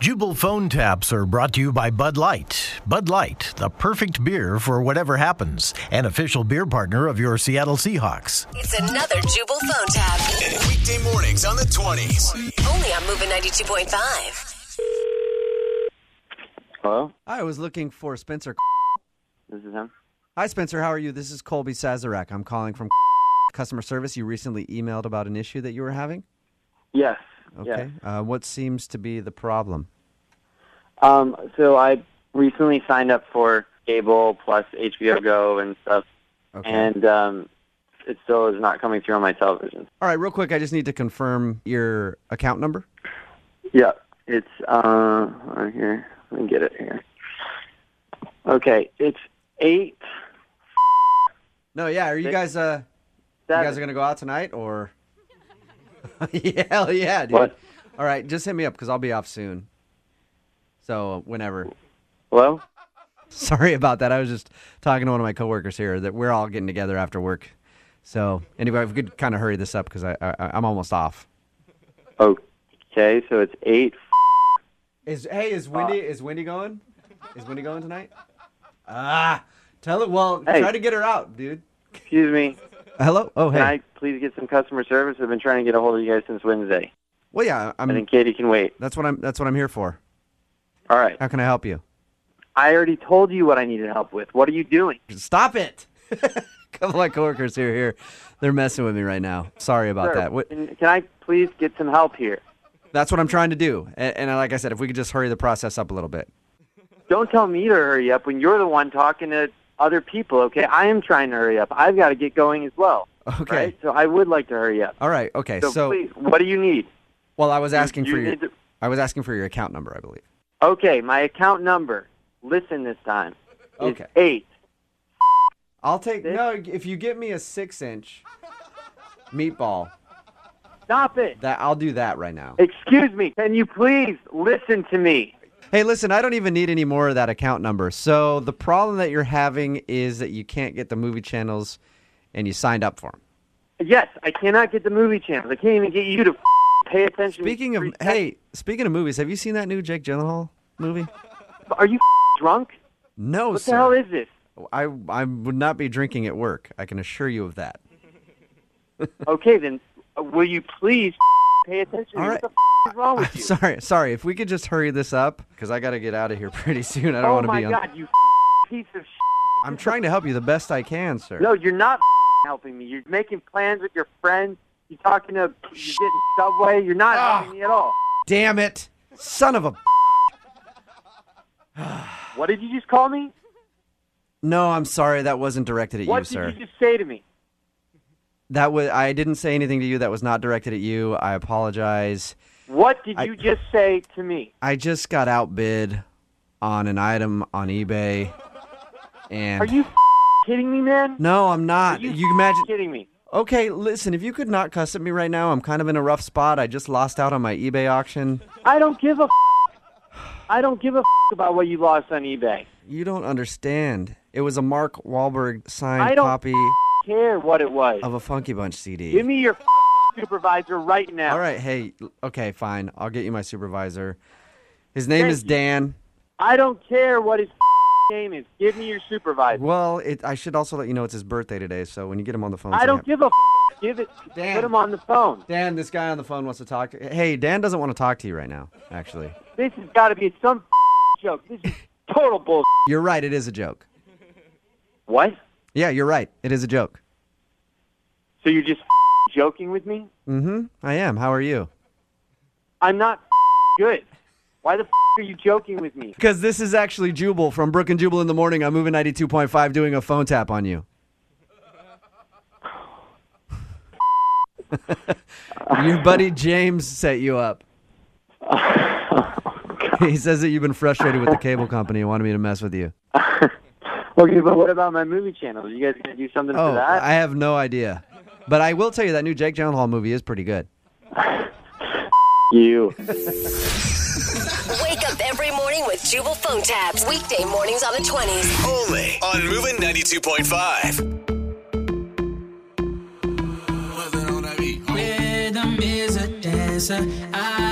Jubal phone taps are brought to you by Bud Light. Bud Light, the perfect beer for whatever happens, an official beer partner of your Seattle Seahawks. It's another Jubal phone tab. Weekday mornings on the 20s. Only on Moving 92.5. Hello, I was looking for Spencer. this is him. Hi, Spencer. How are you? This is Colby Sazerac. I'm calling from customer service. You recently emailed about an issue that you were having. Yes. Okay. Uh, what seems to be the problem? Yeah. Um, so I recently signed up for cable plus HBO Go and stuff, Okay. and um, it still is not coming through on my television. All right, real quick, I just need to confirm your account number. Yeah. It's uh, right here. Let me get it here. Okay, it's eight. No, yeah. Are you guys? Uh, you Seven. guys are gonna go out tonight or? yeah, hell yeah, dude. What? All right, just hit me up because I'll be off soon. So whenever. Hello. Sorry about that. I was just talking to one of my coworkers here that we're all getting together after work. So anyway, we could kind of hurry this up because I, I I'm almost off. Okay, so it's eight. Is hey is Wendy is Wendy going? Is Wendy going tonight? Ah, tell it. Well, Hey. try to get her out, dude. Excuse me. Hello. Oh hey. Can I please get some customer service? I've been trying to get a hold of you guys since Wednesday. well yeah, I'm. I think Katie can wait. that's what I'm. That's what I'm here for. All right. How can I help you? I already told you what I needed help with. What are you doing? Stop it. A couple of my coworkers here here, they're messing with me right now. Sorry about Sir, that. What, Can, can I please get some help here? that's what I'm trying to do. And, and like I said, if we could just hurry the process up a little bit. Don't tell me to hurry up when you're the one talking to other people, okay? I am trying to hurry up. I've got to get going as well. Okay. Right? So I would like to hurry up. All right. Okay. So, please, what do you need? Well, I was asking you for your need to- I was asking for your account number, I believe. Okay, my account number. Listen this time. It's Okay. eight. I'll take no. If you give me a six-inch meatball, Stop it. that I'll do that right now. Excuse me. Can you please listen to me? Hey, listen, I don't even need any more of that account number. So the problem that you're having is that you can't get the movie channels, and you signed up for them. Yes, I cannot get the movie channels. I can't even get you to f- pay attention. Speaking of hey, speaking of movies, have you seen that new Jake Gyllenhaal movie? are you f- drunk? No, What Oh, sir. the hell is this? I I would not be drinking at work. I can assure you of that. Okay, then uh, will you please pay attention? All right. What the f- is wrong with you? Sorry, sorry. If we could just hurry this up, because I got to get out of here pretty soon. I don't oh want to my be on. god, you f- piece of shit. I'm trying to help you the best I can, sir. No, you're not f- helping me. You're making plans with your friends. You're talking to. You're getting subway. You're not Ah. helping me at all. Damn it, son of a. What did you just call me? No, I'm sorry. That wasn't directed at What you, did sir. you just say to me? That was. I didn't say anything to you. That was not directed at you. I apologize. What did I- you just say to me? I just got outbid on an item on eBay, and Are you f- kidding me, man? No, I'm Are not. you, You, f- imagine. kidding me? Okay, listen. If you could not cuss at me right now, I'm kind of in a rough spot. I just lost out on my eBay auction. I don't give a. f- I don't give a f- about what you lost on eBay. You don't understand. It was a Mark Wahlberg I signed don't copy Care what it was. of a Funky Bunch CD. Give me your f- supervisor right now. All right, hey, l- okay, fine. I'll get you my supervisor. His name Thank is you. Dan. I don't care what his name is. Give me your supervisor. Well, it, I should also let you know it's his birthday today, so when you get him on the phone, I say don't hi- give a. F- give it. Dan. Put him on the phone. Dan, this guy on the phone wants to talk to. Hey, Dan doesn't want to talk to you right now. Actually, This has got to be some f- joke. This is total bull. you're right. It is a joke. What? Yeah, you're right. It is a joke. So you're just f- joking with me? Mm-hmm. I am. How are you? I'm not f- good. Why the f- are you joking with me? Because this is actually Jubal from Brook and Jubal in the morning. I'm moving 92.5, doing a phone tap on you. Your buddy James set you up. he says that you've been frustrated with the cable company and wanted me to mess with you. Okay, but what about my movie channel? Are you guys gonna do something Oh, for that? I have no idea. But I will tell you that new Jake Gyllenhaal movie is pretty good. you. Wake up every morning with Jubal phone tabs. Weekday mornings on the 20s. Only on Moving 92.5. rhythm is a dancer. I